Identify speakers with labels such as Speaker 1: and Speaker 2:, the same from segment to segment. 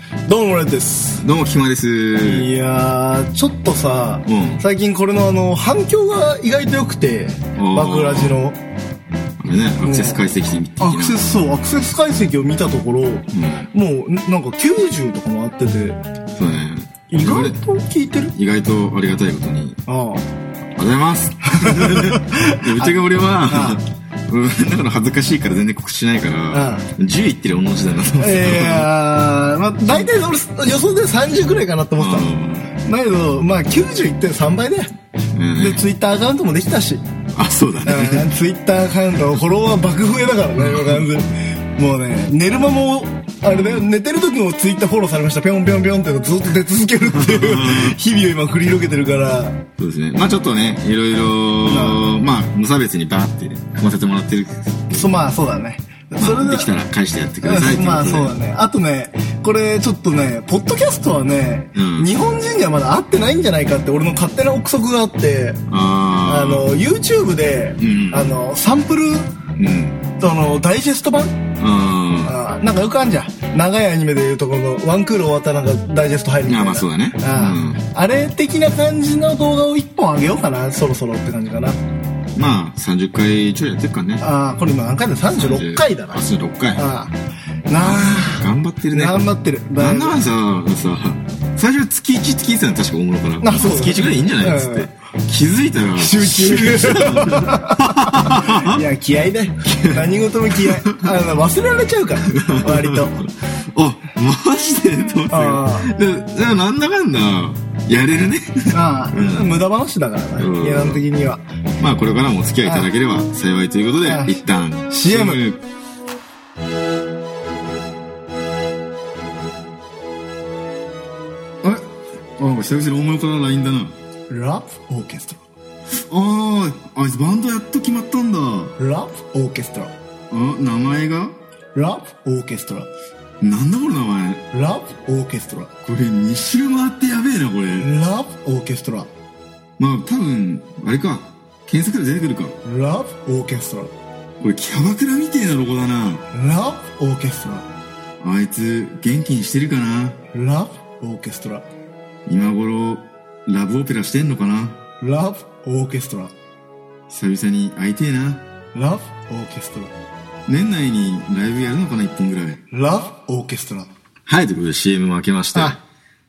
Speaker 1: ンです
Speaker 2: どうも菊間です
Speaker 1: いやーちょっとさ、
Speaker 2: うん
Speaker 1: 最近これのあの反響が意外と良くて
Speaker 2: おー
Speaker 1: 爆ラジの
Speaker 2: あれねアクセス解析的な
Speaker 1: アクセスそうアクセス解析を見たところもうなんか90とかもあってて
Speaker 2: うんそうだね
Speaker 1: 意外と聞いてる
Speaker 2: 意外とありがたいことに
Speaker 1: あ
Speaker 2: 「ござい ます」いやぶっちゃけ俺は
Speaker 1: あ
Speaker 2: うんだから恥ずかしいから全然告知しないから
Speaker 1: あ
Speaker 2: 10言ってる女の子だなと思っ
Speaker 1: あい
Speaker 2: て
Speaker 1: やー、まあ、大体俺予想で30くらいかなと思ってた
Speaker 2: う
Speaker 1: のだけどまあ91.3倍だよ
Speaker 2: んうん
Speaker 1: でツイッターアカウントもできたし
Speaker 2: あそうだね
Speaker 1: ツイッターアカウントフォロワー爆増えだからね完全にもうね寝る間もあれだよ寝てる時もツイッターフォローされましたぴょんぴょんぴょんっていうのずっと出続けるっていう日々を今繰り広げてるから
Speaker 2: そうですねまあちょっとねいろいろまあ無差別にバーって踏ませてもらってる
Speaker 1: そまあそうだねそ
Speaker 2: ま
Speaker 1: れ
Speaker 2: あ
Speaker 1: で
Speaker 2: できたら返してやってくださいってい
Speaker 1: まあ
Speaker 2: こ
Speaker 1: そう
Speaker 2: と
Speaker 1: だ
Speaker 2: で
Speaker 1: ねあとねこれちょっとねポッドキャストはね、
Speaker 2: うん
Speaker 1: 日本人にはまだ合ってないんじゃないかって俺の勝手な憶測があってあ
Speaker 2: あ
Speaker 1: の YouTube で、
Speaker 2: うん
Speaker 1: あのサンプル
Speaker 2: あうん
Speaker 1: あのダイジェスト版
Speaker 2: あ
Speaker 1: あーなんかよくあんじゃん長いアニメでいうとこのワンクール終わったらなんかダイジェスト入るみたい
Speaker 2: あ
Speaker 1: な
Speaker 2: まあそうだね
Speaker 1: あーあれ的な感じの動画を1本あげようかなそろそろって感じかな
Speaker 2: まあ30回ちょいやってるからね
Speaker 1: ああこれ今何回だ36回だな
Speaker 2: あ36回
Speaker 1: あーなあ
Speaker 2: 頑張ってるね
Speaker 1: 頑張ってるだ
Speaker 2: ないん
Speaker 1: ぶ
Speaker 2: ならささ最初月1月1ってのは確か大物から
Speaker 1: あそうだね
Speaker 2: 月1ぐらいでいいんじゃないっつって
Speaker 1: うん
Speaker 2: 気づいたら
Speaker 1: 集中 いや気合いだよ何事も気合いあの忘れられちゃうから割と
Speaker 2: あマジでと思
Speaker 1: あ
Speaker 2: ってでじゃあなんだかんだやれるね
Speaker 1: ああ、
Speaker 2: うん
Speaker 1: 無駄話だからな
Speaker 2: うん
Speaker 1: 値段的には
Speaker 2: まあこれからもお付き合いいただければ幸いということで
Speaker 1: はい
Speaker 2: 一旦
Speaker 1: CM
Speaker 2: あれあなんか久々に大物から LINE だな
Speaker 1: ラブオーケスト
Speaker 2: あああいつバンドやっと決まったんだ
Speaker 1: ララブオーケストラ
Speaker 2: あ名前が
Speaker 1: ラブオーケストラ
Speaker 2: なんだこれ名前
Speaker 1: ラブオーケストラ
Speaker 2: これ2周回ってやべえなこれ
Speaker 1: ラブオーケストラ
Speaker 2: まあ多分あれか検索で出てくるか
Speaker 1: ラブオーケストラ
Speaker 2: これキャバクラみてえなロゴだな
Speaker 1: ラブオーケスト
Speaker 2: あいつ元気にしてるかな
Speaker 1: ララブオーケストラ
Speaker 2: 今頃ラブオペラしてんのかな
Speaker 1: ラブオーケストラ
Speaker 2: 久々に会いてえな
Speaker 1: ラブオーケストラ
Speaker 2: 年内にライブやるのかな1本ぐらい
Speaker 1: ラブオーケストラ
Speaker 2: はいということで CM も開けました
Speaker 1: あ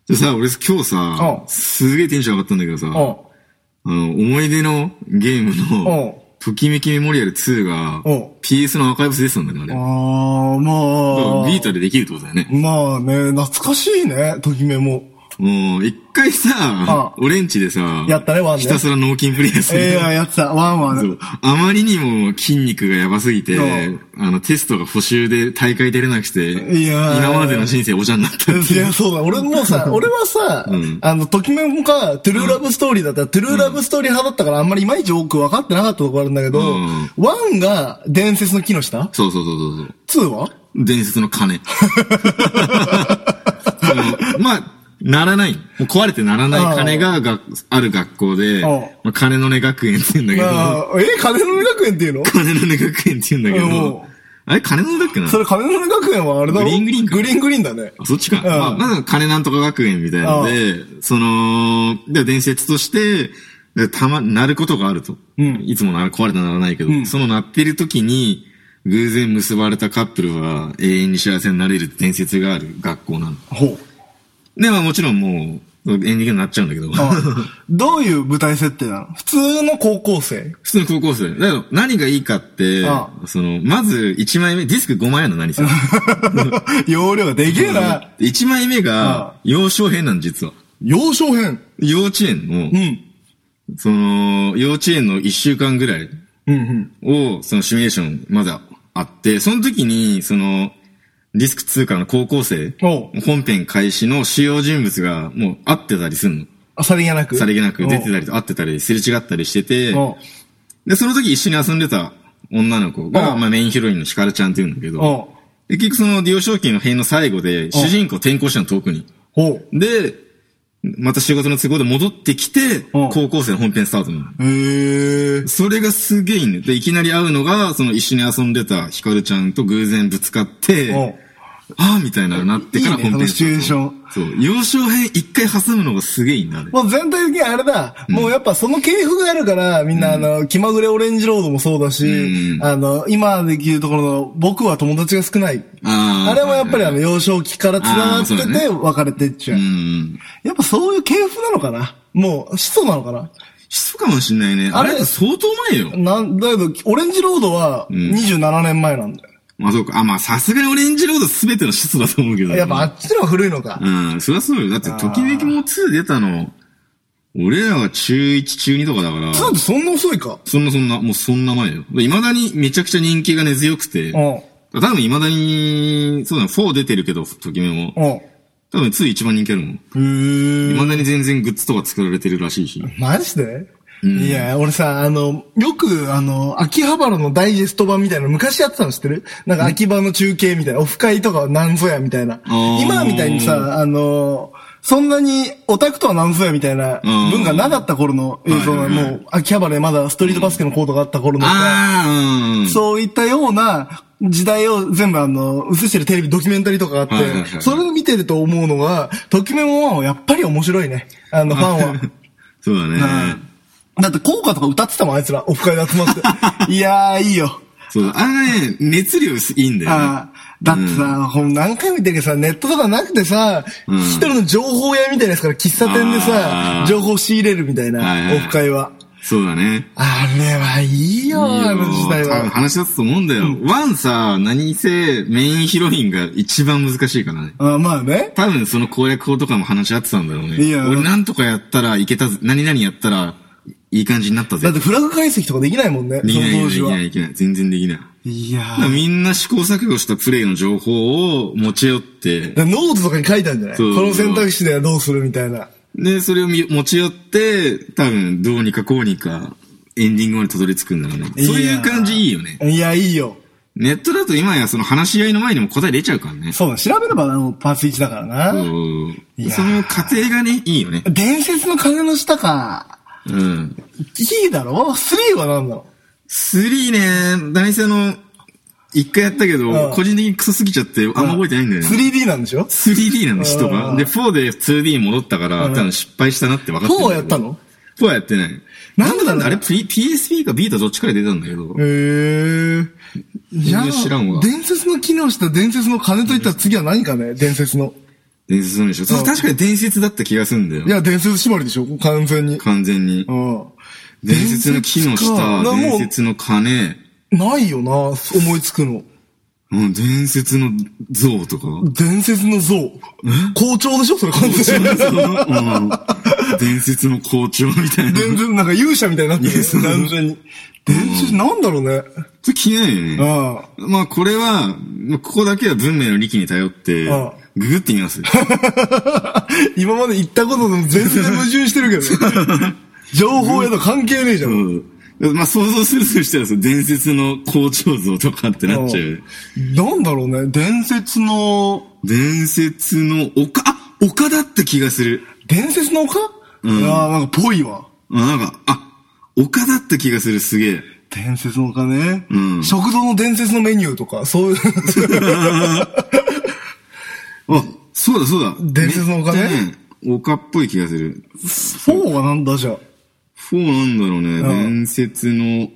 Speaker 2: じゃあさ俺今日さ
Speaker 1: おう
Speaker 2: すげえテンション上がったんだけどさあ
Speaker 1: お
Speaker 2: の思い出のゲーム
Speaker 1: う
Speaker 2: の
Speaker 1: お
Speaker 2: ときめきメモリアル2が
Speaker 1: おう
Speaker 2: PS のアーカイブス出てたんだけどあ
Speaker 1: う
Speaker 2: れ
Speaker 1: ああまあ
Speaker 2: ビータでできるってことだよね。
Speaker 1: まあね懐かしいねときめも
Speaker 2: もう、一回さ
Speaker 1: あ、
Speaker 2: 俺んちでさ、
Speaker 1: やったねワンね
Speaker 2: ひたすら脳筋プレイする。
Speaker 1: ええやってたワンワン
Speaker 2: そうあまりにも筋肉がやばすぎて
Speaker 1: そう、
Speaker 2: あの、テストが補修で大会出れなくて、
Speaker 1: いやー
Speaker 2: 今までの人生おじゃになったって
Speaker 1: い
Speaker 2: いう。
Speaker 1: や、そうだ。俺もさ、俺はさ、
Speaker 2: うん
Speaker 1: あの、ときめもか、トゥルーラブストーリーだったら、トゥルーラブストーリー派だったから、あんまりいまいち多く分かってなかったとこあるんだけど、
Speaker 2: うん
Speaker 1: ワンが伝説の木の下
Speaker 2: そうそうそうそうそう。
Speaker 1: ツーは
Speaker 2: 伝説の鐘。 うんまあ、ならない。もう壊れてならない鐘ががある学校で、
Speaker 1: ああ
Speaker 2: まあ、鐘の音学園って言うんだけど、
Speaker 1: ああ、え金の根学園っていうの
Speaker 2: 鐘の音学園って言うんだけ
Speaker 1: おう、
Speaker 2: どあれ鐘の音だっけな
Speaker 1: それ金の根学園はあれだろ
Speaker 2: グリーングリーンか
Speaker 1: グリーングリーンだね。
Speaker 2: あそっちか。
Speaker 1: ん
Speaker 2: まあ、まだ金なんとか学園みたいなので、その、で伝説として、でたま、鳴ることがあると。
Speaker 1: うん
Speaker 2: いつもなら壊れたらならないけど、
Speaker 1: うん
Speaker 2: その鳴ってる時に、偶然結ばれたカップルは永遠に幸せになれる伝説がある学校なの。
Speaker 1: ほう。
Speaker 2: で、まあもちろんもう、エンディングになっちゃうんだけど。
Speaker 1: ああどういう舞台設定なの普通の高校生。
Speaker 2: 普通の高校生。だけど、何がいいかって、
Speaker 1: あ
Speaker 2: その、まず1枚目、ディスク5枚あるの何さ。
Speaker 1: 容量がでけえな。
Speaker 2: 1枚目
Speaker 1: あ
Speaker 2: が、幼少編なの実は。
Speaker 1: 幼少編。
Speaker 2: 幼稚園の、
Speaker 1: うん。
Speaker 2: その、幼稚園の一週間ぐらい
Speaker 1: うんうん。
Speaker 2: を、そのシミュレーション、まだあって、その時に、その、ディスク2からの高校生、
Speaker 1: おう
Speaker 2: 本編開始の主要人物が、もう、会ってたりすん
Speaker 1: あ、さりげなく
Speaker 2: の。さりげなく出てた
Speaker 1: り。
Speaker 2: りと、会ってたり、すれ違ったりしてて、
Speaker 1: おう
Speaker 2: で、その時一緒に遊んでた女の子
Speaker 1: お
Speaker 2: が、
Speaker 1: う
Speaker 2: まあメインヒロインのヒカルちゃんって言うんだけど、
Speaker 1: おう
Speaker 2: で結局その、利用賞金の編の最後で、主人公転校したの遠くに。
Speaker 1: ほう。
Speaker 2: で、また仕事の都合で戻ってきて、
Speaker 1: おう
Speaker 2: 高校生の本編スタートなの。
Speaker 1: へえ。
Speaker 2: それがすげえいいね。で、いきなり会うのが、その一緒に遊んでたヒカルちゃんと偶然ぶつかって、
Speaker 1: おう
Speaker 2: ああみたいなのになってから
Speaker 1: いいね
Speaker 2: 本編
Speaker 1: このシチュエーション
Speaker 2: そう。幼少編一回挟むのがすげえいいんだね。
Speaker 1: もう全体的にあれだ、もうやっぱその系譜があるから、みんなあの、気まぐれオレンジロードもそうだし、
Speaker 2: うん
Speaker 1: あの、今できるところの、僕は友達が少ない。
Speaker 2: あー
Speaker 1: あれもやっぱりあの、幼少期から繋がって
Speaker 2: あーそうだ
Speaker 1: て、
Speaker 2: ね
Speaker 1: 別れてっちゃう。
Speaker 2: うん。
Speaker 1: やっぱそういう系譜なのかなもう、質素なのかな
Speaker 2: しつかもしんないね。
Speaker 1: あ
Speaker 2: あ
Speaker 1: れ
Speaker 2: れ相当前よ。
Speaker 1: なんだけど、オレンジロードは27年前なんだよ。
Speaker 2: まあそうか。あ、まあさすがにオレンジロード全ての質だと思うけど。
Speaker 1: やっぱあっちの方が古いのか。
Speaker 2: うん、そりゃそうよ。だって、ときめきも2出たの、俺らが中1、中2とかだから、
Speaker 1: なんでそんな遅いか。
Speaker 2: そんなそんな、もうそんな前よ。未だにめちゃくちゃ人気が根強くて、
Speaker 1: うん。
Speaker 2: 多分未だに、そうだね、4出てるけど、ときめも。
Speaker 1: うん。
Speaker 2: 多分2一番人気あるもん。
Speaker 1: へえ。
Speaker 2: 未だに全然グッズとか作られてるらしいし。
Speaker 1: マジで、いや、俺さ、あの、よく、あの、秋葉原のダイジェスト版みたいなの昔やってたの知ってるなんか秋葉の中継みたいな、オフ会とかはなんぞやみたいな
Speaker 2: あ。ー
Speaker 1: 今みたいにさ、あの、そんなにオタクとはなんぞやみたいな
Speaker 2: うん
Speaker 1: 文がなかった頃の映像は
Speaker 2: はいは
Speaker 1: も
Speaker 2: いはいう
Speaker 1: 秋葉原でまだストリートバスケのコートがあった頃のさ、
Speaker 2: ああ、うん。
Speaker 1: そういったような時代を全部あの、映してるテレビドキュメンタリーとかがあって、
Speaker 2: はいはいはい
Speaker 1: それを見てると思うのが、ドキュメン1はやっぱり面白いね。あの、ファン は。
Speaker 2: そうだね。
Speaker 1: だって効果とか歌ってたもん、あいつら。オフ会で集ま って。いやー、いいよ。
Speaker 2: そう、あれね、熱量いいんだよね。
Speaker 1: あーだってさ、ほん、何回も言ってるけどさ、ネットとかなくてさ、
Speaker 2: うん
Speaker 1: 一人の情報屋みたいなやつから喫茶店でさ
Speaker 2: あ、ー
Speaker 1: 情報仕入れるみたい
Speaker 2: はいはい
Speaker 1: な、
Speaker 2: は
Speaker 1: オ
Speaker 2: い
Speaker 1: フ会は。
Speaker 2: そうだね。
Speaker 1: あれはいいよ、あの時代
Speaker 2: 多分
Speaker 1: は。
Speaker 2: 話し合ってたと思うんだよ。ワンさ、何せメインヒロインが一番難しいからね。
Speaker 1: あまあね。
Speaker 2: 多分その攻略法とかも話し合ってたんだろうね。
Speaker 1: いや
Speaker 2: 俺なんとかやったらいけたぜ。何々やったらいい感じになったぜ。
Speaker 1: だってフラグ解析とかできないもんね、そ
Speaker 2: できない、
Speaker 1: の当
Speaker 2: で
Speaker 1: 時
Speaker 2: き
Speaker 1: は
Speaker 2: な。い、できない。全然できない。
Speaker 1: いや
Speaker 2: だから
Speaker 1: ー。
Speaker 2: みんな試行錯誤したプレイの情報を持ち寄って、
Speaker 1: だからノートとかに書いたんじゃないこ
Speaker 2: そう
Speaker 1: の選択肢ではどうするみたいな。
Speaker 2: で、それをみ持ち寄って、多分どうにかこうにかエンディングまでたどり着くんだろうね。
Speaker 1: いや
Speaker 2: そういう感じいいよね。
Speaker 1: いや、いいよ。
Speaker 2: ネットだと今やその話し合いの前にも答え出ちゃうからね。
Speaker 1: そうだ、調べればあのパーツ1だからな。
Speaker 2: そう
Speaker 1: いやー
Speaker 2: その過程がね、いいよね。
Speaker 1: 伝説の鐘の下か。
Speaker 2: うん。
Speaker 1: いいだろ ?3 は何なの
Speaker 2: 3ね、大勢の、一回やったけ
Speaker 1: う
Speaker 2: ど
Speaker 1: ん、
Speaker 2: 個人的にクソすぎちゃって、あんま覚えてないんだよね。
Speaker 1: ?3D なんでしょ
Speaker 2: 3D なの、人
Speaker 1: う
Speaker 2: が。
Speaker 1: ん
Speaker 2: で、4で 2D に戻ったから、多分失敗したなって分かって
Speaker 1: ?4
Speaker 2: る
Speaker 1: はやったの
Speaker 2: ?4 はやってない。
Speaker 1: なんでだろうね
Speaker 2: なんあれ P- ?PSP かビータどっちから出たんだけど
Speaker 1: へ。ー。いや
Speaker 2: 全然知らんわ
Speaker 1: 伝説の機能した伝説の鐘といったら次は何かね伝説の。
Speaker 2: 伝説のでしょ。そう確かに伝説だった気がするんだ
Speaker 1: い
Speaker 2: よ。
Speaker 1: や、伝説縛りでしょ完全に。
Speaker 2: 完全に
Speaker 1: う。ん。
Speaker 2: 伝説の機能し
Speaker 1: かな
Speaker 2: た、
Speaker 1: も
Speaker 2: 伝
Speaker 1: う
Speaker 2: 説の鐘、
Speaker 1: ないよな、思いつくの。
Speaker 2: うん、伝説の像とか。
Speaker 1: 伝説の像。校長でしょそれ完全 に。
Speaker 2: うん伝説の校長みたいな。
Speaker 1: 伝説、なんか勇者みたいになってる。完全に。伝説、なんだろうね。
Speaker 2: それ着ないよね。
Speaker 1: ああ。
Speaker 2: まあこれは、ここだけは文明の利器に頼って
Speaker 1: ああ、
Speaker 2: ググって みます。
Speaker 1: 今まで言ったことと全然矛盾してるけど ね。情報やと関係ねえじゃん。
Speaker 2: うんまあ想像するとしたらそう、伝説の校長像とかってなっちゃう。
Speaker 1: なんだろうね。伝説の、
Speaker 2: 伝説の丘、あ、丘だった気がする。
Speaker 1: 伝説の丘、
Speaker 2: ん
Speaker 1: ああ、なんかぽいわ。
Speaker 2: あなんか、あ、丘だった気がする、すげえ。
Speaker 1: 伝説の丘ね。
Speaker 2: うん
Speaker 1: 食堂の伝説のメニューとか、そうい う。
Speaker 2: あ、そうだそうだ。
Speaker 1: 伝説の丘ね
Speaker 2: めっちゃ。丘っぽい気がする。
Speaker 1: 4はなんだじゃあ。
Speaker 2: そうなんだろうね。
Speaker 1: ああ
Speaker 2: 伝説の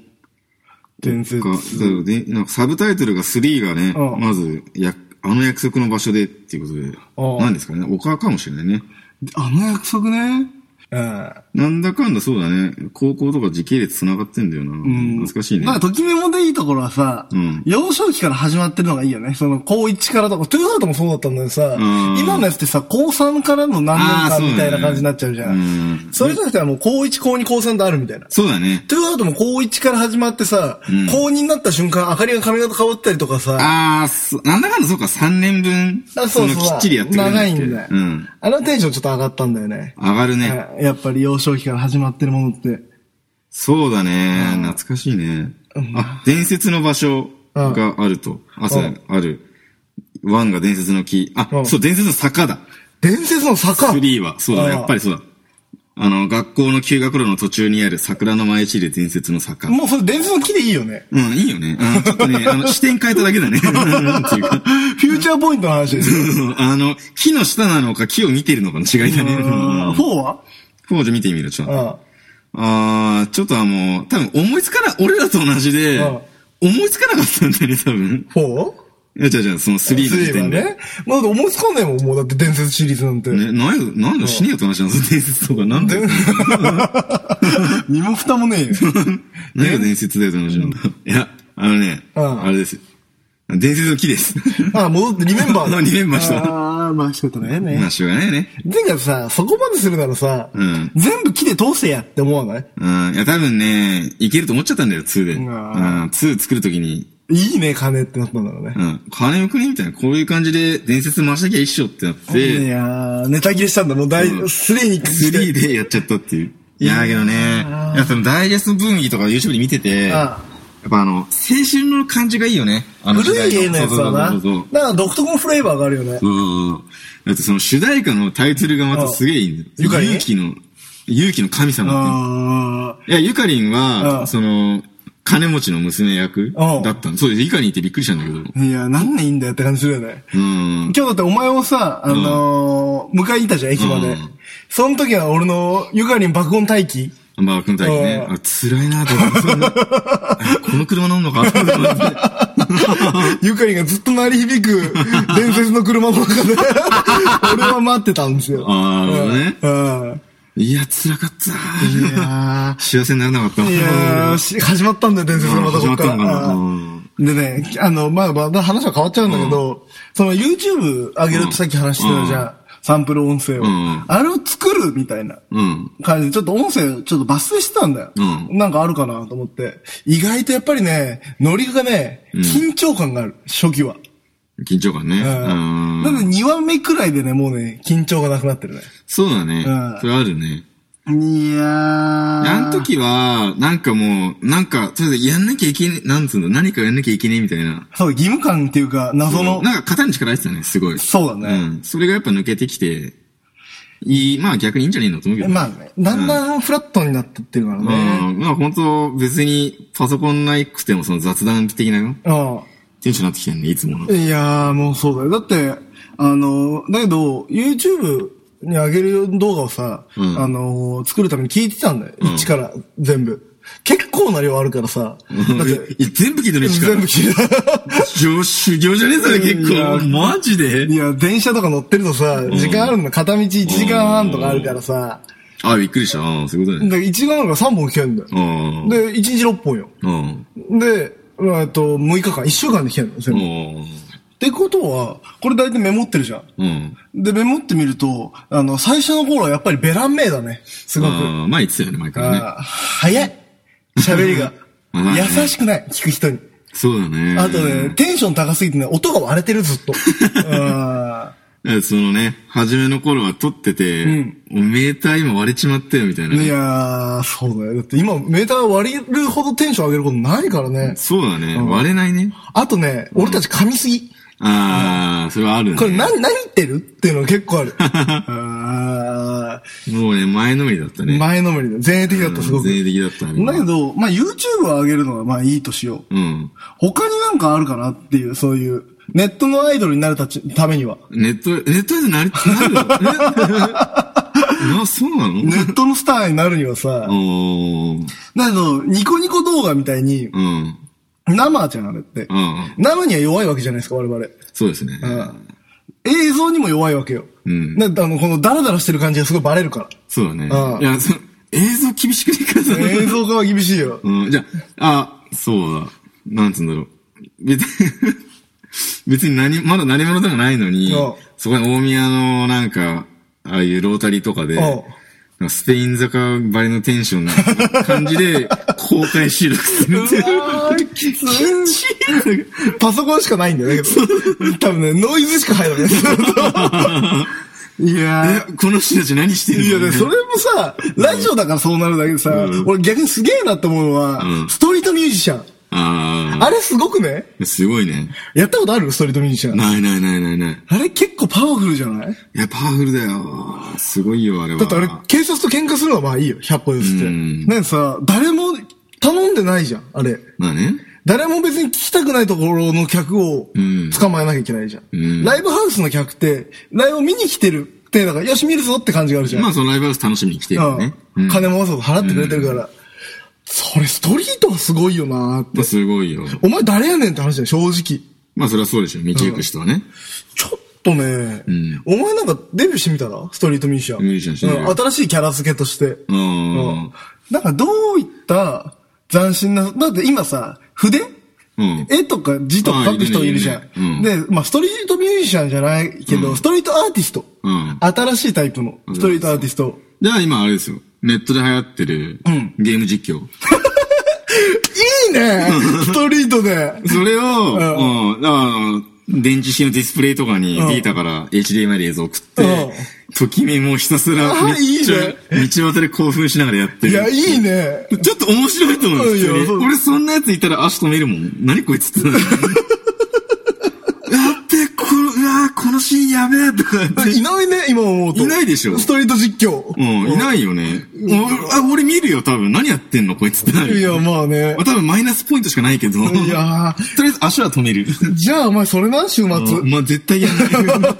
Speaker 1: 伝説。
Speaker 2: か、だからで、なんかサブタイトルが3がね、
Speaker 1: うん
Speaker 2: まず、や、あの約束の場所でっていうこと
Speaker 1: うん
Speaker 2: で、なんですかね、丘かもしれないね。
Speaker 1: あの約束ね。うん。
Speaker 2: なんだかんだそうだね、高校とか時系列繋がってんだよな。懐かしいね。
Speaker 1: なんか、ときめもでいいところはさ、
Speaker 2: うん
Speaker 1: 幼少期から始まってるのがいいよね。その、高1からとか、トゥーハートもそうだったんだけどさ、
Speaker 2: ん
Speaker 1: 今のやつってさ、高3からの何年
Speaker 2: あー
Speaker 1: 間
Speaker 2: そうだね
Speaker 1: みたいな感じになっちゃうじゃ。
Speaker 2: うん
Speaker 1: それじゃなくてはもう、高1、高2、高3とあるみたいな。
Speaker 2: そうだね。
Speaker 1: トゥーハートも高1から始まってさ、
Speaker 2: ん
Speaker 1: 高2になった瞬間、明かりが髪型変わったりとかさ、
Speaker 2: あー、そなんだかんだそうか、3年分、
Speaker 1: あそう
Speaker 2: の
Speaker 1: そう
Speaker 2: きっちりやってくれる
Speaker 1: 長い
Speaker 2: って
Speaker 1: んだよ、
Speaker 2: うん。
Speaker 1: あのテンションちょっと上がったんだよね。
Speaker 2: 上がるね。
Speaker 1: はいやっぱり幼少期から始まってるものって。
Speaker 2: そうだね。懐かしいね。あ、伝説の場所があると。あ、そうだねある。ワンが伝説の木。あ
Speaker 1: う、ん
Speaker 2: そう、伝説の坂だ。
Speaker 1: 伝説の坂
Speaker 2: スリーは。そうだね。
Speaker 1: ああ
Speaker 2: やっぱりそうだ。あの、学校の休学路の途中にある桜の舞い散る伝説の坂。
Speaker 1: もうそれ伝説の木でいいよ ね。
Speaker 2: うん、いいよね。あーちょっとね、 あの、視点変えただけだね。っていうか、
Speaker 1: フューチャーポイントの話ですよ。
Speaker 2: あの、木の下なのか木を見てるのかの違いだね。
Speaker 1: うーんフォーは
Speaker 2: フォージ見てみる、ちょっ
Speaker 1: う
Speaker 2: と。
Speaker 1: ん。
Speaker 2: あー、ちょっとあの、多分思いつかな、俺らと同じで
Speaker 1: うん、
Speaker 2: 思いつかなかったんだよね、多分。
Speaker 1: フォー
Speaker 2: いや、じゃあじゃあ、その3の時
Speaker 1: は
Speaker 2: 点で。ね、
Speaker 1: ね。まあだって思いつかんないもん、もうだって伝説シリーズなんて。
Speaker 2: なんや、なんだ、死ねよって話なんですよ伝説とか、なんだよ。
Speaker 1: 身も蓋もねえよ。
Speaker 2: 何が伝説だよって話なんだ。いや、あのね、
Speaker 1: うん
Speaker 2: あれです。伝説の木です。
Speaker 1: あ、戻って、リメンバーだ。
Speaker 2: リメンバーした
Speaker 1: ああ、まあ、しとねえ
Speaker 2: ま
Speaker 1: ね
Speaker 2: あ、。しょうがないね。
Speaker 1: 前回さ、そこまでするならさ、
Speaker 2: うん
Speaker 1: 全部木で通せやって思わない
Speaker 2: うん。いや、多分ね、いけると思っちゃったんだよ、2で。う。
Speaker 1: うんわ
Speaker 2: 2作るときに、
Speaker 1: いいね、金ってなったんだろうね
Speaker 2: う。ん。金をくれみたいな、こういう感じで伝説回しなきゃ一緒ってなって
Speaker 1: い、やー、ネタ切れしたんだ、もう大、
Speaker 2: うん
Speaker 1: スリーに移して
Speaker 2: 3でやっちゃったっていう。いやだけどね、いやそのダイジェスト分岐とか YouTube で見てて、
Speaker 1: あ
Speaker 2: やっぱあの、青春の感じがいいよね。あの時
Speaker 1: 古
Speaker 2: 代
Speaker 1: い芸のやつはな。
Speaker 2: そ
Speaker 1: だ
Speaker 2: うそうそうそう
Speaker 1: から独特のフレーバーがあるよね。
Speaker 2: そうそうそう。だってその主題歌のタイトルがまたすげえいいんだよ。
Speaker 1: ゆかりん
Speaker 2: 勇気の、勇気の神様っ
Speaker 1: あ
Speaker 2: ていう。いや、ゆかりん
Speaker 1: う
Speaker 2: は、
Speaker 1: ん
Speaker 2: その、金持ちの娘役
Speaker 1: うん
Speaker 2: だったの。そうです。ゆかりんってびっくりしたんだけど。
Speaker 1: ー。いや、何年いいんだよって感じするよね。
Speaker 2: うん。
Speaker 1: 今日だってお前をさ、あのー、迎えに行ったじゃん、駅ま
Speaker 2: う
Speaker 1: で
Speaker 2: ん。
Speaker 1: その時は俺のゆかりん爆音待 機。
Speaker 2: まあ、君たちね。
Speaker 1: うん
Speaker 2: あ、辛いなと思ってそんなあこの車乗る のかと思って
Speaker 1: ゆかりんがずっと鳴り響 く伝説の車の中で、俺は待ってたんですよ。
Speaker 2: あーなるほどね
Speaker 1: うん。うん
Speaker 2: いや、辛かった。
Speaker 1: いや
Speaker 2: 幸せにならなかった。
Speaker 1: ー、いやーし始まったんだよ、伝説のまた
Speaker 2: 始
Speaker 1: こ
Speaker 2: ま
Speaker 1: っ
Speaker 2: っ
Speaker 1: か。
Speaker 2: たのからな。
Speaker 1: うん
Speaker 2: うん
Speaker 1: でね、あの、まあ、まだ話は変わっちゃうんだけど、その YouTube 上げるってさっき話してたじゃん。
Speaker 2: う
Speaker 1: サンプル音声を、
Speaker 2: うん
Speaker 1: あれを作るみたいな
Speaker 2: うん。
Speaker 1: 感じで、ちょっと音声、ちょっと抜粋してたんだよ、
Speaker 2: うん
Speaker 1: なんかあるかなと思って。意外とやっぱりね、ノリがね、緊張感がある、初期は。
Speaker 2: 緊張感ね。
Speaker 1: うん。
Speaker 2: う
Speaker 1: なん
Speaker 2: ん。
Speaker 1: で2話目くらいでね、もうね、緊張がなくなってるね。
Speaker 2: そうだね
Speaker 1: うん。
Speaker 2: それあるね。
Speaker 1: いやー。
Speaker 2: あの時は、なんかもう、なんか、とりあえずやんなきゃいけねえ、なんつうの、何かやんなきゃいけねえみたいな。
Speaker 1: そう、義務感っていうか、謎の。
Speaker 2: なんか肩に力入ってたね、すごい。
Speaker 1: そうだね
Speaker 2: うん。それがやっぱ抜けてきて、いい、まあ逆にいいんじゃねえのと思うけど。
Speaker 1: まあね、だんだんフラットになってってるから
Speaker 2: うん。
Speaker 1: ね。
Speaker 2: まあ本当別にパソコンなくてもその雑談的な
Speaker 1: うん
Speaker 2: テンションになってきてるね、いつもの。
Speaker 1: いやー、もうそうだよ。だって、あの、だけど、YouTube に上げる動画をさ、
Speaker 2: うん
Speaker 1: あの、作るために聞いてたんだよ。
Speaker 2: うん
Speaker 1: 一から、全部。結構な量あるからさ。だって、
Speaker 2: いや全部聞いてるね、しか
Speaker 1: 全部
Speaker 2: も。
Speaker 1: 聞い た。
Speaker 2: 修修行じゃねえそれ結
Speaker 1: いや
Speaker 2: 構。マジで
Speaker 1: いや、電車とか乗ってるとさ、時間あるんだ。片道1時間半とかあるからさ。
Speaker 2: あ、びっくりした。あーそういうこと
Speaker 1: だ
Speaker 2: ね。
Speaker 1: から1時間半から3本聞けるんだよ。
Speaker 2: うん。
Speaker 1: で、1日6本よ。
Speaker 2: うん。
Speaker 1: で、えっと、6日間、1週間で聞けるの、全
Speaker 2: う
Speaker 1: 部。っ
Speaker 2: ん。
Speaker 1: てことは、これ大体メモってるじゃん。
Speaker 2: うん。
Speaker 1: で、メモってみると、あの、最初の頃はやっぱりベラン名だね。すごく。
Speaker 2: あー前言ってたよね、前からね。。
Speaker 1: あー早い。喋りが
Speaker 2: まあね
Speaker 1: 優しくない。聞く人に。
Speaker 2: そうだね。
Speaker 1: あとね、テンション高すぎてね、音が割れてる、ずっと。あ
Speaker 2: えそのね、初めの頃は撮ってて、
Speaker 1: うん
Speaker 2: もうメーター今割れちまったよみたいな。
Speaker 1: ーいやー、そうだよ。だって今、メーター割れるほどテンション上げることないからね。
Speaker 2: そうだね、
Speaker 1: ん
Speaker 2: 割れないね。
Speaker 1: あとね、俺たち噛みすぎ。
Speaker 2: ああ、それはあるね。
Speaker 1: これ何、何言ってるっていうのが結構ある。あ
Speaker 2: もうね、前のめりだった
Speaker 1: ー
Speaker 2: ね。
Speaker 1: 前のめりだ。前衛的だった、すごく。
Speaker 2: 前衛的だったね。
Speaker 1: だけど、まあ、YouTube を上げるのはまあいいとしよう。
Speaker 2: うん。
Speaker 1: 他になんかあるかなっていう、そういう、ネットのアイドルになるたち、ためには。
Speaker 2: ネット、ネットでなり、な るのえ あ、そうなの、
Speaker 1: ネットのスターになるには さ、
Speaker 2: おー。
Speaker 1: だけど、ニコニコ動画みたいに、
Speaker 2: うん。
Speaker 1: 生じゃん、あれって
Speaker 2: う。ん。
Speaker 1: 生には弱いわけじゃないですか、我々。
Speaker 2: そうですね。
Speaker 1: 映像にも弱いわけよ。
Speaker 2: うん
Speaker 1: だってあの、このダラダラしてる感じがすごいバレるか
Speaker 2: そうだね。
Speaker 1: うん
Speaker 2: いや、 そ映像厳しくねえからさ
Speaker 1: ら。映像化は厳しい よ。
Speaker 2: うん、じゃあ、あ、そうだ。なんつうんだろう。別に、別に何、まだ何者でもないのに
Speaker 1: うん、
Speaker 2: そこに大宮のなんか、ああいうロータリーとかで、
Speaker 1: うん
Speaker 2: なんかスペイン坂ばりのテンションな感じで、公開収録するっていう。
Speaker 1: きつい。パソコンしかないんだよね。だけど多分ね、ノイズしか入ら ない。いやー。
Speaker 2: えこの人たち何してるの
Speaker 1: いやね、それもさ、ラジオだからそうなるだけでさ、俺逆にすげえなって思うのは、
Speaker 2: うん
Speaker 1: ストリートミュージシャン。
Speaker 2: あ
Speaker 1: あれすごくね
Speaker 2: あ、すごいね。
Speaker 1: やったことあるストリートミュージシャン。
Speaker 2: ないないないないない。
Speaker 1: あれ結構パワフルじゃない
Speaker 2: いや、パワフルだよ。すごいよ、あれは。
Speaker 1: だってあれ、警察と喧嘩するのはまあいいよ、100歩譲って。
Speaker 2: うん
Speaker 1: なんかさ、誰も頼んでないじゃん、あれ。
Speaker 2: まあね。
Speaker 1: 誰も別に聞きたくないところの客を
Speaker 2: ん
Speaker 1: 捕まえなきゃいけないじゃん。
Speaker 2: うん
Speaker 1: ライブハウスの客って、ライブを見に来てるって、だから、よし見るぞって感じがあるじゃん。
Speaker 2: まあ、そのライブハウス楽しみに来てるよね。
Speaker 1: うん
Speaker 2: うん。
Speaker 1: 金もわざわざ払ってくれてるから。それ、ストリートはすごいよなーって。
Speaker 2: まあ、すごいよ。
Speaker 1: お前誰やねんって話だよ、正直。
Speaker 2: まあ、それはそうでしょ。道行く人はね。
Speaker 1: ちょっとね、
Speaker 2: ん
Speaker 1: お前なんかデビューしてみたらストリートミュージシャン。
Speaker 2: ミュージシャンしてみる
Speaker 1: うん新しいキャラ付けとして。
Speaker 2: う
Speaker 1: うんん。なんかどういった斬新な、だって今さ、筆
Speaker 2: うん。
Speaker 1: 絵とか字とか書く人いるじゃ
Speaker 2: あいるねい
Speaker 1: ん。
Speaker 2: るね
Speaker 1: で、まあ、ストリートミュージシャンじゃないけど、ストリートアーティスト。
Speaker 2: うん
Speaker 1: 新しいタイプのストリートアーティスト。
Speaker 2: じゃあ今あれですよ。ネットで流行ってる、ゲーム実況。
Speaker 1: いいねストリー トで。
Speaker 2: それを、
Speaker 1: ん
Speaker 2: うん、だからあの、電池式のディスプレイとかに
Speaker 1: ん
Speaker 2: データから HDMI で映像送
Speaker 1: う
Speaker 2: って
Speaker 1: ん、
Speaker 2: ときめもうひたすら
Speaker 1: あ
Speaker 2: めっ
Speaker 1: いい
Speaker 2: ちゃ
Speaker 1: ね
Speaker 2: 道端で興奮しながらやってる。
Speaker 1: いや、いいね。
Speaker 2: ちょっと面白いと思う、
Speaker 1: うんいや
Speaker 2: 普通
Speaker 1: そう
Speaker 2: に。俺そんなやついたら足止めるもん。何こいつって なる。やっべ、この、うわーこのシーンやべえとかって。
Speaker 1: いないね、今思うと。
Speaker 2: いないでしょ
Speaker 1: ストリート実況。
Speaker 2: うん、いないよね。おあ、俺見るよ、多分。何やってんのこいつってなる。
Speaker 1: いや、まあ ね
Speaker 2: まあ、。多分マイナスポイントしかないけど。
Speaker 1: いや
Speaker 2: とりあえず足は止める。
Speaker 1: ーじゃあお前それな、週末。
Speaker 2: まあ、絶対や らない。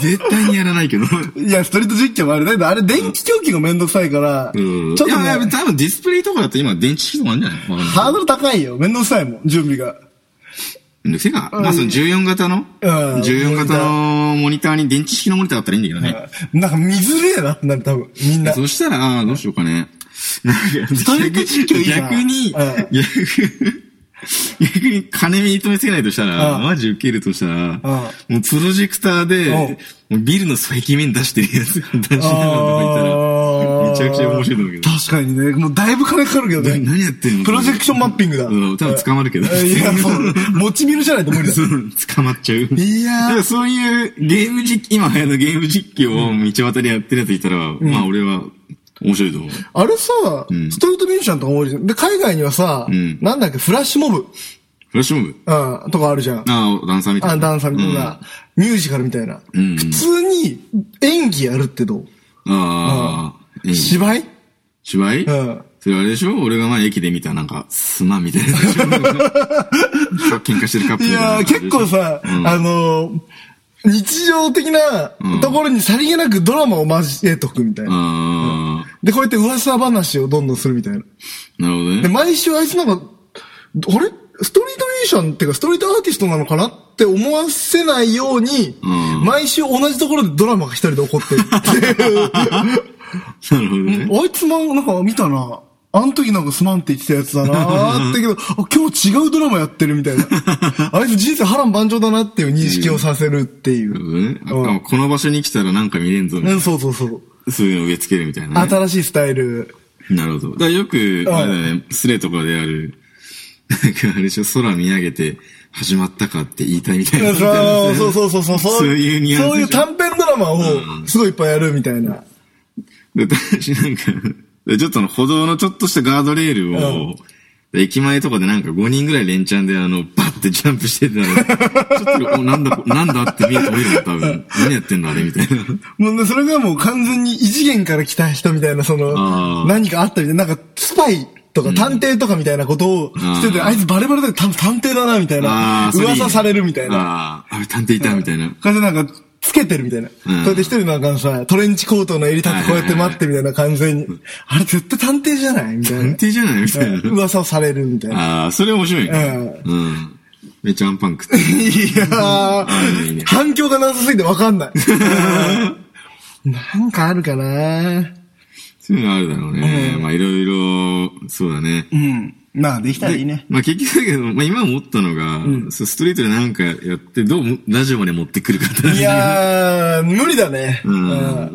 Speaker 2: 絶対にやらないけど。
Speaker 1: いや、ストリート実況もあれだけど、あれ電気供給がめんどくさいから、
Speaker 2: うん。
Speaker 1: ちょっと
Speaker 2: いや、いや
Speaker 1: ね、
Speaker 2: 多分ディスプレイとかだと今電池機能あるんじゃないわかんない
Speaker 1: ハードル高いよ。めんどくさいもん、準備が。
Speaker 2: めんどくせえか。まあ、その14型の、
Speaker 1: うん
Speaker 2: 14型のモニターに電池式のモニターあったらいいんだけどね。
Speaker 1: なんか見づれえなってなる、多分。みんな。
Speaker 2: そしたら、あーどうしよう かね。ス
Speaker 1: トレート実況いいな
Speaker 2: 逆に、
Speaker 1: う
Speaker 2: 逆 逆に金目に留めつけないとしたら、
Speaker 1: うん
Speaker 2: マジ受けるとしたら、も
Speaker 1: う
Speaker 2: うプロジェクターで、もうビルの壁面出してるやつ出しながらとか言ったら、めちゃくちゃ面白いと思うけど。
Speaker 1: 確かにね、もうだいぶ金かかるけどね。
Speaker 2: 何やってんの
Speaker 1: プロジェクションマッピングだ。
Speaker 2: うん、多分捕まるけど。
Speaker 1: いや、そう。持ちビルじゃないと無理だ。
Speaker 2: そう捕まっちゃう。
Speaker 1: いやー
Speaker 2: だからそういうゲーム実況、今流行るゲーム実況を道端でやってるやついたら、まあ俺は面白いと思う。
Speaker 1: あれさ、ストリートミュージシャンとか多いじゃん。で、海外にはさ、
Speaker 2: ん
Speaker 1: なんだっけ、フラッシュモブ、
Speaker 2: フラッシュモブ
Speaker 1: うん、とかあるじゃん。
Speaker 2: ああ、ダンサーみたいな。
Speaker 1: あ、ダンサーみたいな、ミュージカルみたいな。
Speaker 2: ん
Speaker 1: 普通に演技やるってどう
Speaker 2: うん。ああ、演技
Speaker 1: 芝居
Speaker 2: 芝居
Speaker 1: うん。
Speaker 2: それあれでしょ俺が前駅で見たなんか、すまんみたいなやつでしょ喧嘩してるカップル
Speaker 1: い
Speaker 2: みたな
Speaker 1: やー、結構さ、あのー、日常的なところにさりげなくドラマを交えとくみたいな。
Speaker 2: あ
Speaker 1: で、こうやって噂話をどんどんするみたいな。
Speaker 2: あ、なるほど
Speaker 1: で、
Speaker 2: ね。
Speaker 1: 毎週あいつなんか、あれストリートミュージシャンっていうか、ストリートアーティストなのかなって思わせないように、
Speaker 2: うん
Speaker 1: 毎週同じところでドラマが一人で起こってるっていう。
Speaker 2: なるほどね。
Speaker 1: あいつもなんか見たな。あの時なんかすまんって言ってたやつだなー ってけど、あ今日違うドラマやってるみたいな。あいつ人生波乱万丈だなっていう認識をさせるってい
Speaker 2: な
Speaker 1: う。
Speaker 2: るほどね。あ
Speaker 1: うん
Speaker 2: あこの場所に来たらなんか見れんぞみ
Speaker 1: う
Speaker 2: たい
Speaker 1: ん、そうそうそう。
Speaker 2: な。そういうの植え付けるみたいなね。
Speaker 1: 新しいスタイル。
Speaker 2: なるほど。だからよく、あれだね、スレとかである、なんかあれでしょ、空見上げて、始まったかって言いたいみたいな。
Speaker 1: そうそうそうそう。
Speaker 2: そういうニュアンス
Speaker 1: そういう短編ドラマをすごいいっぱいやるみたいな。
Speaker 2: で私なんか、ちょっとあの歩道のちょっとしたガードレールを、駅前とかでなんか5人ぐらい連チャンであの、バッてジャンプしてたら、ちょっと、おなんだ、なんだって見えて見える多分。何やってんのあれみたいな。
Speaker 1: もうね、それがもう完全に異次元から来た人みたいな、そ
Speaker 2: あ
Speaker 1: の、
Speaker 2: ー
Speaker 1: 何かあったみたいな、なんかスパイとか探偵とかみたいなことをしてて、
Speaker 2: うん
Speaker 1: あいつバレバレだけど多分探偵だな、みたい
Speaker 2: あ
Speaker 1: な
Speaker 2: あ、。それいいね
Speaker 1: 噂されるみたいな。
Speaker 2: ああ、あれ探偵いたみたいな。
Speaker 1: これでなんか、つけてるみたいな。こうやって一人なんかさ、トレンチコートの襟立ってこうやって待ってみたいな完全に。あれ絶対探偵じゃないみたい
Speaker 2: 探
Speaker 1: な。
Speaker 2: 偵じゃないみたいな。
Speaker 1: 噂をされるみたいな。
Speaker 2: ああ、それ面白いね。うん。めっちゃアンパン食ってる。
Speaker 1: いや
Speaker 2: いいね
Speaker 1: ー、反響がなさすぎてわかん ない。なんかあるかな
Speaker 2: そういうのあるだろうね。まあいろいろ、そうだね。
Speaker 1: うん。まあ、できたらいいね。
Speaker 2: まあ結局だけど、まあ今思ったのが、そうストリートでなんかやって、どうもラジオまで持ってくるかって話
Speaker 1: いやー、無理だね。
Speaker 2: うん。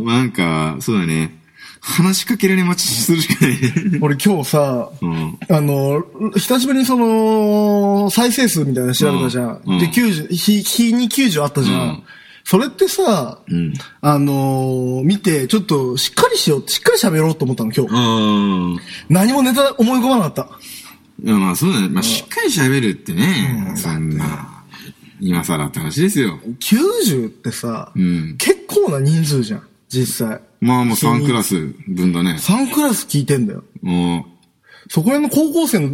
Speaker 2: まあなんか、そうだね。話しかけられ待ちするしかない ね。
Speaker 1: 俺今日さ、
Speaker 2: うん。
Speaker 1: あの、久しぶりにその、再生数みたいなの調べたじゃん。
Speaker 2: うん
Speaker 1: で、90、日、日に90あったじゃん。
Speaker 2: うん
Speaker 1: それってさ、
Speaker 2: ん
Speaker 1: あのー見て、ちょっと、しっかりしよう、しっかり喋ろうと思ったの、今日。
Speaker 2: あ
Speaker 1: 何もネタ思い込まなかった。
Speaker 2: あ。いや、まあそうだね。まあしっかり喋るってね。
Speaker 1: うん
Speaker 2: そんな、今更って話ですよ。
Speaker 1: 90ってさ、
Speaker 2: ん
Speaker 1: 結構な人数じゃん、実際。
Speaker 2: まあもう3クラス分だね。
Speaker 1: 3クラス聞いてんだよ。
Speaker 2: もう、
Speaker 1: そこら辺の高校生の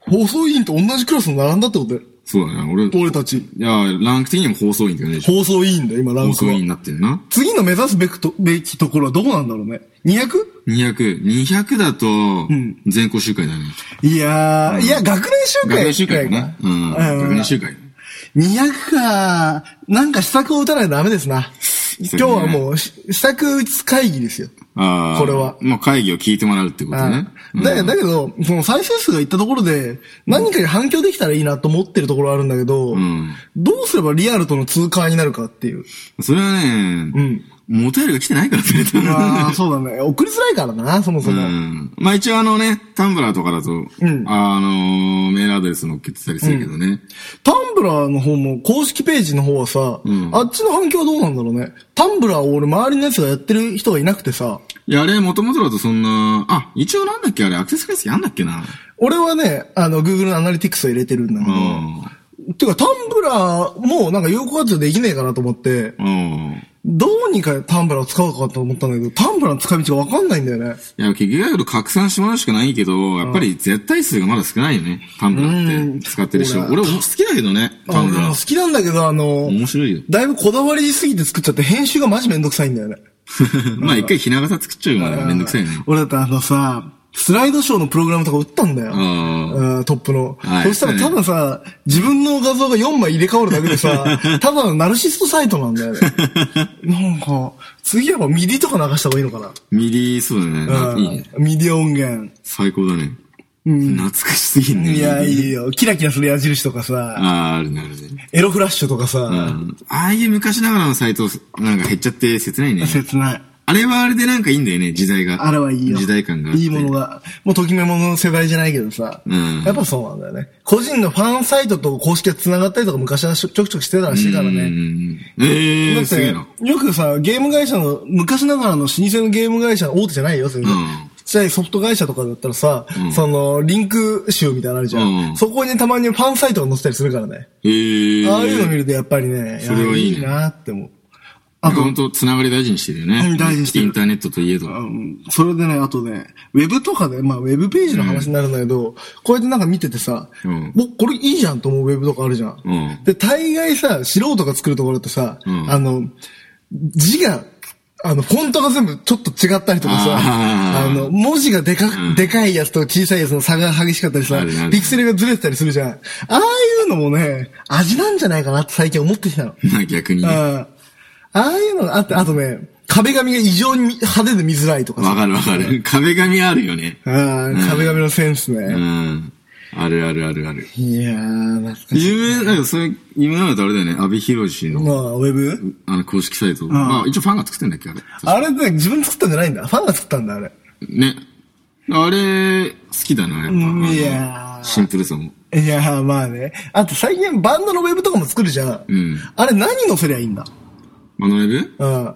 Speaker 1: 放送委員と同じクラスに並んだってことだよ。
Speaker 2: そうだね。俺、い
Speaker 1: 俺たち。
Speaker 2: や、ランク的にも放送員だよね。
Speaker 1: 放送委員だよ、今ラン
Speaker 2: 放
Speaker 1: ク
Speaker 2: 送
Speaker 1: は
Speaker 2: 員。になってるな。
Speaker 1: 次の目指すべくと、べきところはどこなんだろうね。200?
Speaker 2: 200。200だと、全校集会だね。
Speaker 1: いやー、いや、学年集会。
Speaker 2: 学年集会かな。うん。学年集会。
Speaker 1: 200か、なんか施策を打たないとダメですな。今日はもう、し施策打つ会議ですよ。
Speaker 2: ああ。
Speaker 1: これは
Speaker 2: まあ会議を聞いてもらうってことね。うん
Speaker 1: だだけど、その再生数がいったところで、何かに反響できたらいいなと思ってるところはあるんだけど、
Speaker 2: ん
Speaker 1: どうすればリアルとの通過になるかって いう。
Speaker 2: それはね、
Speaker 1: うん。
Speaker 2: もうお便りが来てないからね、多分
Speaker 1: ああ、そうだね。送りづらいからな、そもそうも。
Speaker 2: ん。まあ一応あのね、タンブラーとかだと、
Speaker 1: ん
Speaker 2: あの、メールアドレス載っけてたりするけどね。
Speaker 1: タンブラーの方も、公式ページの方はさ、
Speaker 2: ん
Speaker 1: あっちの反響どうなんだろうね。タンブラーを俺周りのやつがやってる人がいなくてさ、
Speaker 2: いや、あれ、もともとだとそんな、あ、一応なんだっけあれ、アクセス解析あんだっけな。
Speaker 1: 俺はね、あの、Google のアナリティクスを入れてるんだけ
Speaker 2: う
Speaker 1: ど、
Speaker 2: ん。
Speaker 1: てか、タンブラーもなんか有効活用できねえかなと思って、
Speaker 2: うん。
Speaker 1: どうにかタンブラーを使おうかと思ったんだけど、タンブラーの使い道がわかんないんだよね。
Speaker 2: いや、結局だけど拡散してもらうしかないけど、やっぱり絶対数がまだ少ないよね。タンブラー
Speaker 1: う
Speaker 2: っ
Speaker 1: ん
Speaker 2: て使ってる人。
Speaker 1: 俺
Speaker 2: 俺好きだけどね、タンブ
Speaker 1: 俺
Speaker 2: ラ
Speaker 1: も好
Speaker 2: ー。
Speaker 1: きなんだけど、あの、
Speaker 2: 面白いよ。
Speaker 1: だいぶこだわりすぎて作っちゃって編集がマジめんどくさいんだよね。
Speaker 2: まあ一回ひな形作っちゃうからめんどくさいよね。
Speaker 1: 俺だってあのさ、スライドショーのプログラムとか打ったんだよ。
Speaker 2: あ
Speaker 1: うんトップの。
Speaker 2: はい
Speaker 1: そしたら多分さ、自分の画像が4枚入れ替わるだけで さ、ただのナルシストサイトなんだよね。なんか、次はミディとか流した方がいいのかな。
Speaker 2: ミリ、そうだね。なんかいいね。
Speaker 1: うんミディ音源。
Speaker 2: 最高だね。懐かしすぎんね。
Speaker 1: いや、い
Speaker 2: い。
Speaker 1: いよ。キラキラする矢印とかさ、
Speaker 2: ああ、あるね、あるね。
Speaker 1: エロフラッシュとか
Speaker 2: う
Speaker 1: さ、
Speaker 2: んああいう昔ながらのサイト、なんか減っちゃって切ない ね。
Speaker 1: 切ない。
Speaker 2: あれはあれでなんかいいんだよね、時代が。
Speaker 1: あれはいいよ。
Speaker 2: 時代感があって。
Speaker 1: いいものが。もうときめもの世代じゃないけどさ。
Speaker 2: うん
Speaker 1: やっぱそうなんだよね。個人のファンサイトと公式が繋がったりとか昔はしょちょくちょくしてたらしいから
Speaker 2: う
Speaker 1: ね。
Speaker 2: ん。ええ
Speaker 1: だ
Speaker 2: ー、
Speaker 1: っ
Speaker 2: すげえな。
Speaker 1: て、よくさ、ゲーム会社の、昔ながらの老舗のゲーム会社、大手じゃないよ、全然
Speaker 2: うん。
Speaker 1: ちっちゃいソフト会社とかだったらさ、
Speaker 2: ん
Speaker 1: その、リンク集みたいなのあるじゃん。
Speaker 2: うん
Speaker 1: そこにたまにファンサイトが載せたりするからね。
Speaker 2: ええー。
Speaker 1: ああいうの見るとやっぱりね、
Speaker 2: それはいいね
Speaker 1: やなって思う。あ
Speaker 2: なんか
Speaker 1: と、
Speaker 2: 本当つながり大事にしてるよ
Speaker 1: う
Speaker 2: ね。
Speaker 1: ん大事にしてる
Speaker 2: インターネットといえど。
Speaker 1: うんそれでね、あとね、ウェブとかで、まあ、ウェブページの話になるんだけど、こうやってなんか見ててさ、
Speaker 2: うん
Speaker 1: おこれいいじゃんと思うウェブとかあるじゃん。
Speaker 2: うん
Speaker 1: で、大概さ、素人が作るところってさ、
Speaker 2: ん
Speaker 1: あの、字が、あの、フォントが全部ちょっと違ったりとかさ、
Speaker 2: あ
Speaker 1: あ
Speaker 2: ー
Speaker 1: の、文字がでか、でかいやつと小さいやつの差が激しかったり
Speaker 2: あ
Speaker 1: さ
Speaker 2: るある、
Speaker 1: ピクセルがずれてたりするじゃん。ああいうのもね、味なんじゃないかなって最近思ってきたの。
Speaker 2: まあ逆にね。わ
Speaker 1: あああいうのがあって、あとね、壁紙が異常に派手で見づらいとかさ。
Speaker 2: かるわかる。壁紙あるよね。
Speaker 1: ああ、壁紙のセンス
Speaker 2: う
Speaker 1: ね。
Speaker 2: ん。あるあるあるある。
Speaker 1: いやー、懐かしい。
Speaker 2: 有名、なんかそれ、有名なのとあれだよね。安部博
Speaker 1: ま
Speaker 2: の、
Speaker 1: あ、ウェブ
Speaker 2: あの、公式サイト。あ、一応ファンが作ってんだっけあれ。
Speaker 1: あれって自分作ったんじゃないんだ。ファンが作ったんだ、あれ。
Speaker 2: ね。あれ、好きだな、やっ
Speaker 1: うん
Speaker 2: ぱ。
Speaker 1: いやー
Speaker 2: シンプルさも。
Speaker 1: いやー、まあね。あと最近バンドのウェブとかも作るじゃん。
Speaker 2: うん
Speaker 1: あれ何載せりゃいいんだ
Speaker 2: マノレブ
Speaker 1: うん。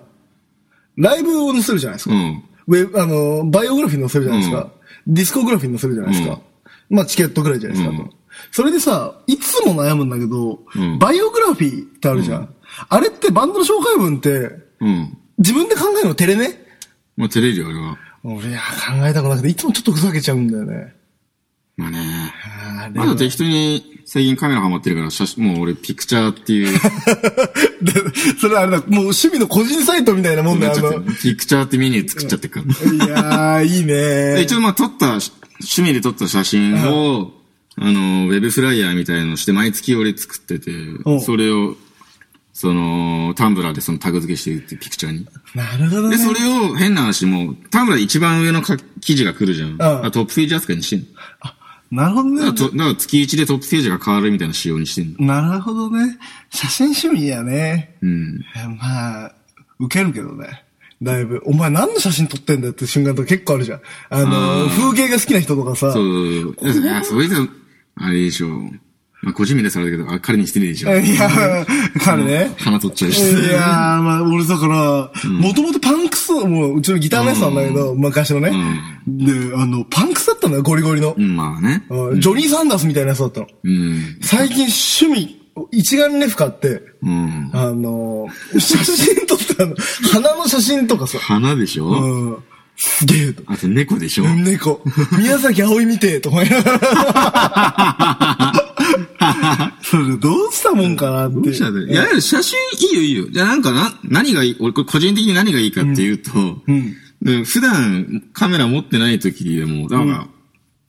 Speaker 1: ライブを載せるじゃないです
Speaker 2: う
Speaker 1: か。
Speaker 2: ん。
Speaker 1: ウェブ、あの、バイオグラフィーに載せるじゃないですか。ディスコグラフィーに載せるじゃないですか。まあ、チケットぐらいじゃないですか。
Speaker 2: うん
Speaker 1: あとそれでさ、いつも悩むんだけど、
Speaker 2: ん
Speaker 1: バイオグラフィーってあるじゃん。あれってバンドの紹介文って、
Speaker 2: うん。
Speaker 1: 自分で考えるの照れね
Speaker 2: まあ、照れるよ、あれは。
Speaker 1: 俺は考えたくなくて、いつもちょっとふざけちゃうんだよね。
Speaker 2: まあね。
Speaker 1: あれ
Speaker 2: まだ適当に、最近カメラハマってるから、写真、もう俺、ピクチャーって いう、
Speaker 1: でそれあれだ、もう趣味の個人サイトみたいなもんだ
Speaker 2: な
Speaker 1: よ、あ
Speaker 2: っちゃって
Speaker 1: の
Speaker 2: る。ピクチャーってメニュー作っちゃってるから。
Speaker 1: いやー、いい
Speaker 2: で
Speaker 1: ね
Speaker 2: 一応まあ撮った、し趣味で撮った写真を、あの、ウェブフライヤーみたいのして、毎月俺作ってて
Speaker 1: お、う
Speaker 2: それを、その、タンブラーでそのタグ付けしてるっていうピクチャーに。
Speaker 1: なるほど
Speaker 2: で、
Speaker 1: ね。
Speaker 2: それを変な話もう、タンブラーで一番上のか記事が来るじゃん。あトップページ扱いにしてんの。だ
Speaker 1: なるほど
Speaker 2: から
Speaker 1: ね。
Speaker 2: とだから月1でトップページが変わるみたいな仕様にしてんの。
Speaker 1: なるほどね。写真趣味やね。
Speaker 2: うん。
Speaker 1: まあ、受けるけどね。だいぶ、お前何の写真撮ってんだよって瞬間とか結構あるじゃん。あのー、風景が好きな人とかさ
Speaker 2: そ、う。いや、それで、あれでしょう。まあ、個人名でされるけど、あ、彼に失礼でしょ。
Speaker 1: いや、彼ね。
Speaker 2: 鼻取っちゃうし。
Speaker 1: いやー、まあ、俺だから、もともとパンクス、もう、うちのギターのやつなんだけど、昔のね。で、あの、パンクスだったんだよ、ゴリゴリの
Speaker 2: う。ん、まあね。
Speaker 1: うんジョニー・サンダースみたいなやつだったの。
Speaker 2: うん。
Speaker 1: 最近趣味、一眼レフ買って、
Speaker 2: うん。
Speaker 1: あのー、写真撮ったの、花の写真とかさ、
Speaker 2: 鼻でしょ、
Speaker 1: うん、すげえと。
Speaker 2: あと猫でしょ、
Speaker 1: 猫、宮崎葵見てえと思いなが ら。それどうしたもんかなって。
Speaker 2: どうしたらいや、いや写真いいよいいよ。じゃあなんかな、何がいい、俺これ個人的に何がいいかっていうと、で普段カメラ持ってない時でも、だから、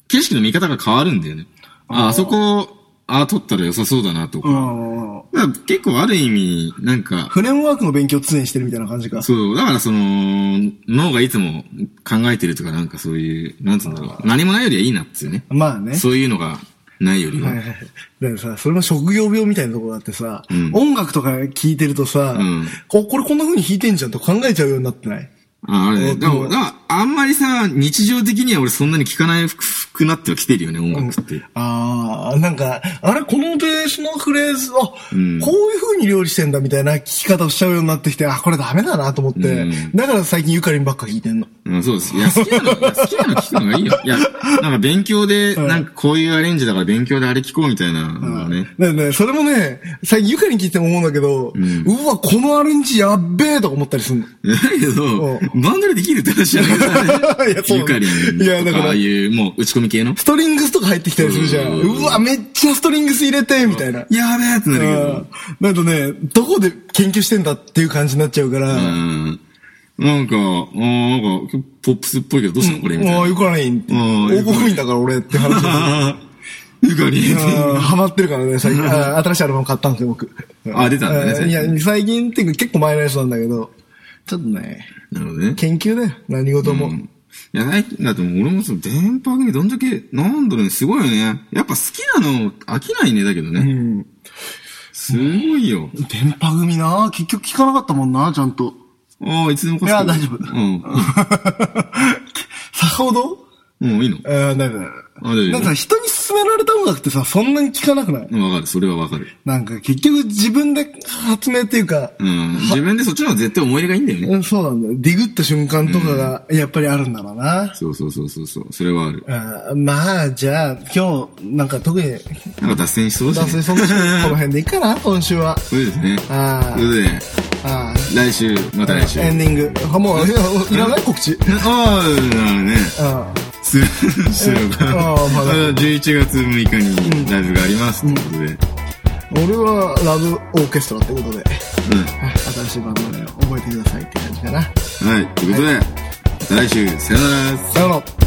Speaker 2: 景色の見方が変わるんだよね。あ、あそこ、ああ、撮ったら良さそうだなとか。
Speaker 1: うん
Speaker 2: だから結構ある意味、なんか、
Speaker 1: フレームワークの勉強常にしてるみたいな感じか。
Speaker 2: そう、だからその、脳がいつも考えてるとかなんかそういう、なんつうんだろう。何もないよりはいいなっつうね。
Speaker 1: まあね。
Speaker 2: そういうのがないより
Speaker 1: はいは
Speaker 2: は。
Speaker 1: いはい。だからさ、それも職業病みたいなところがあってさ、
Speaker 2: ん
Speaker 1: 音楽とか聴いてるとさ、
Speaker 2: うん
Speaker 1: ここれこんな風に弾いてんじゃんと考えちゃうようになってない
Speaker 2: ああれ
Speaker 1: え
Speaker 2: ね。
Speaker 1: ー
Speaker 2: だか
Speaker 1: でも
Speaker 2: ら、だからあんまりさ、日常的には俺そんなに聞かないふくなっては来てるよね、音楽って。
Speaker 1: ああ、なんか、あれ、このベースのフレーズ、あ、
Speaker 2: ん
Speaker 1: こういう風に料理してんだみたいな聞き方をしちゃうようになってきて、あ、これダメだなと思って、
Speaker 2: うん
Speaker 1: だから最近ゆかりんばっか聞いてんの。
Speaker 2: うん、そうです。いや、好きなの、いや好きなの聞くのがいいよ。い や、なんか勉強で、なんかこういうアレンジだから勉強であれ聞こうみたいなのがね。
Speaker 1: だからね、それもね、最近ゆかりん聞いても思うんだけど、うわ、このアレンジやっべえとか思ったりするの。
Speaker 2: だけど、バンドでできるって話じゃないから
Speaker 1: いや
Speaker 2: ね。
Speaker 1: そう
Speaker 2: ゆかりん
Speaker 1: いやだか
Speaker 2: とか、
Speaker 1: ら
Speaker 2: ああいう、もう打ち込み系の。
Speaker 1: ストリングスとか入ってきたりするじゃん。
Speaker 2: うん
Speaker 1: うわ、めっちゃストリングス入れて、みたいな。
Speaker 2: やべえってなるけど。
Speaker 1: うんだとね、どこで研究してんだっていう感じになっちゃうから、
Speaker 2: うんなんか、あーなんか、ポップスっぽいけど、どうしたのこれみたい
Speaker 1: もう
Speaker 2: な。
Speaker 1: ゆかりんって、
Speaker 2: うん
Speaker 1: 王国民だから俺って話です
Speaker 2: ゆかりん。
Speaker 1: うんハマってるからね、最近。あ新しいアルバム買ったんですよ、僕。
Speaker 2: あ出たんだね
Speaker 1: う
Speaker 2: 最
Speaker 1: い
Speaker 2: 近
Speaker 1: や、最近っていうか結構前のやつなんだけど、ちょっとね、
Speaker 2: なるほどね。
Speaker 1: 研究だよ、何事も。
Speaker 2: うんいや、最近だと俺もその電波組どんだけ、なんだろうね、すごいよね。やっぱ好きなの飽きないね、だけどね。すごいよ。
Speaker 1: 電波組な結局聞かなかったもんな、ちゃんと。
Speaker 2: ああ、いつでもか
Speaker 1: いや大丈夫
Speaker 2: うん。
Speaker 1: さほど
Speaker 2: うん、いいの。
Speaker 1: うん、なんか、
Speaker 2: あ大丈夫
Speaker 1: なんか人に勧められた音楽ってさ、そんなに聞かなくない
Speaker 2: うんわかる、それはわかる。
Speaker 1: なんか結局自分で発明っていうか、
Speaker 2: うん。自分でそっちの方が絶対思い入れがいいんだよね。
Speaker 1: うん、そうなんだよ。ディグった瞬間とかが、やっぱりあるんだろうな。
Speaker 2: そうそうそうそうそう、それはある。
Speaker 1: あーまあ、じゃあ、今日、なんか特に
Speaker 2: なんか脱線しそうだ
Speaker 1: 男
Speaker 2: し、
Speaker 1: 性
Speaker 2: ね。
Speaker 1: そんな人、この辺でいいかな、今週は。
Speaker 2: そうですね。と
Speaker 1: あー
Speaker 2: いうことで、
Speaker 1: あ
Speaker 2: 来週、また来週。
Speaker 1: ー、エンディング。あもう、いやいらない告知。うん。
Speaker 2: ああ、なるね。
Speaker 1: あ
Speaker 2: する、するのか。
Speaker 1: ああまだ
Speaker 2: 11月6日にライブがあります。ということで。うん。
Speaker 1: 俺はラブオーケストラってことで、あ新しい番組を覚えてくださいって感じかな。
Speaker 2: はい。ということで、また来週、さよなら。
Speaker 1: さよなら。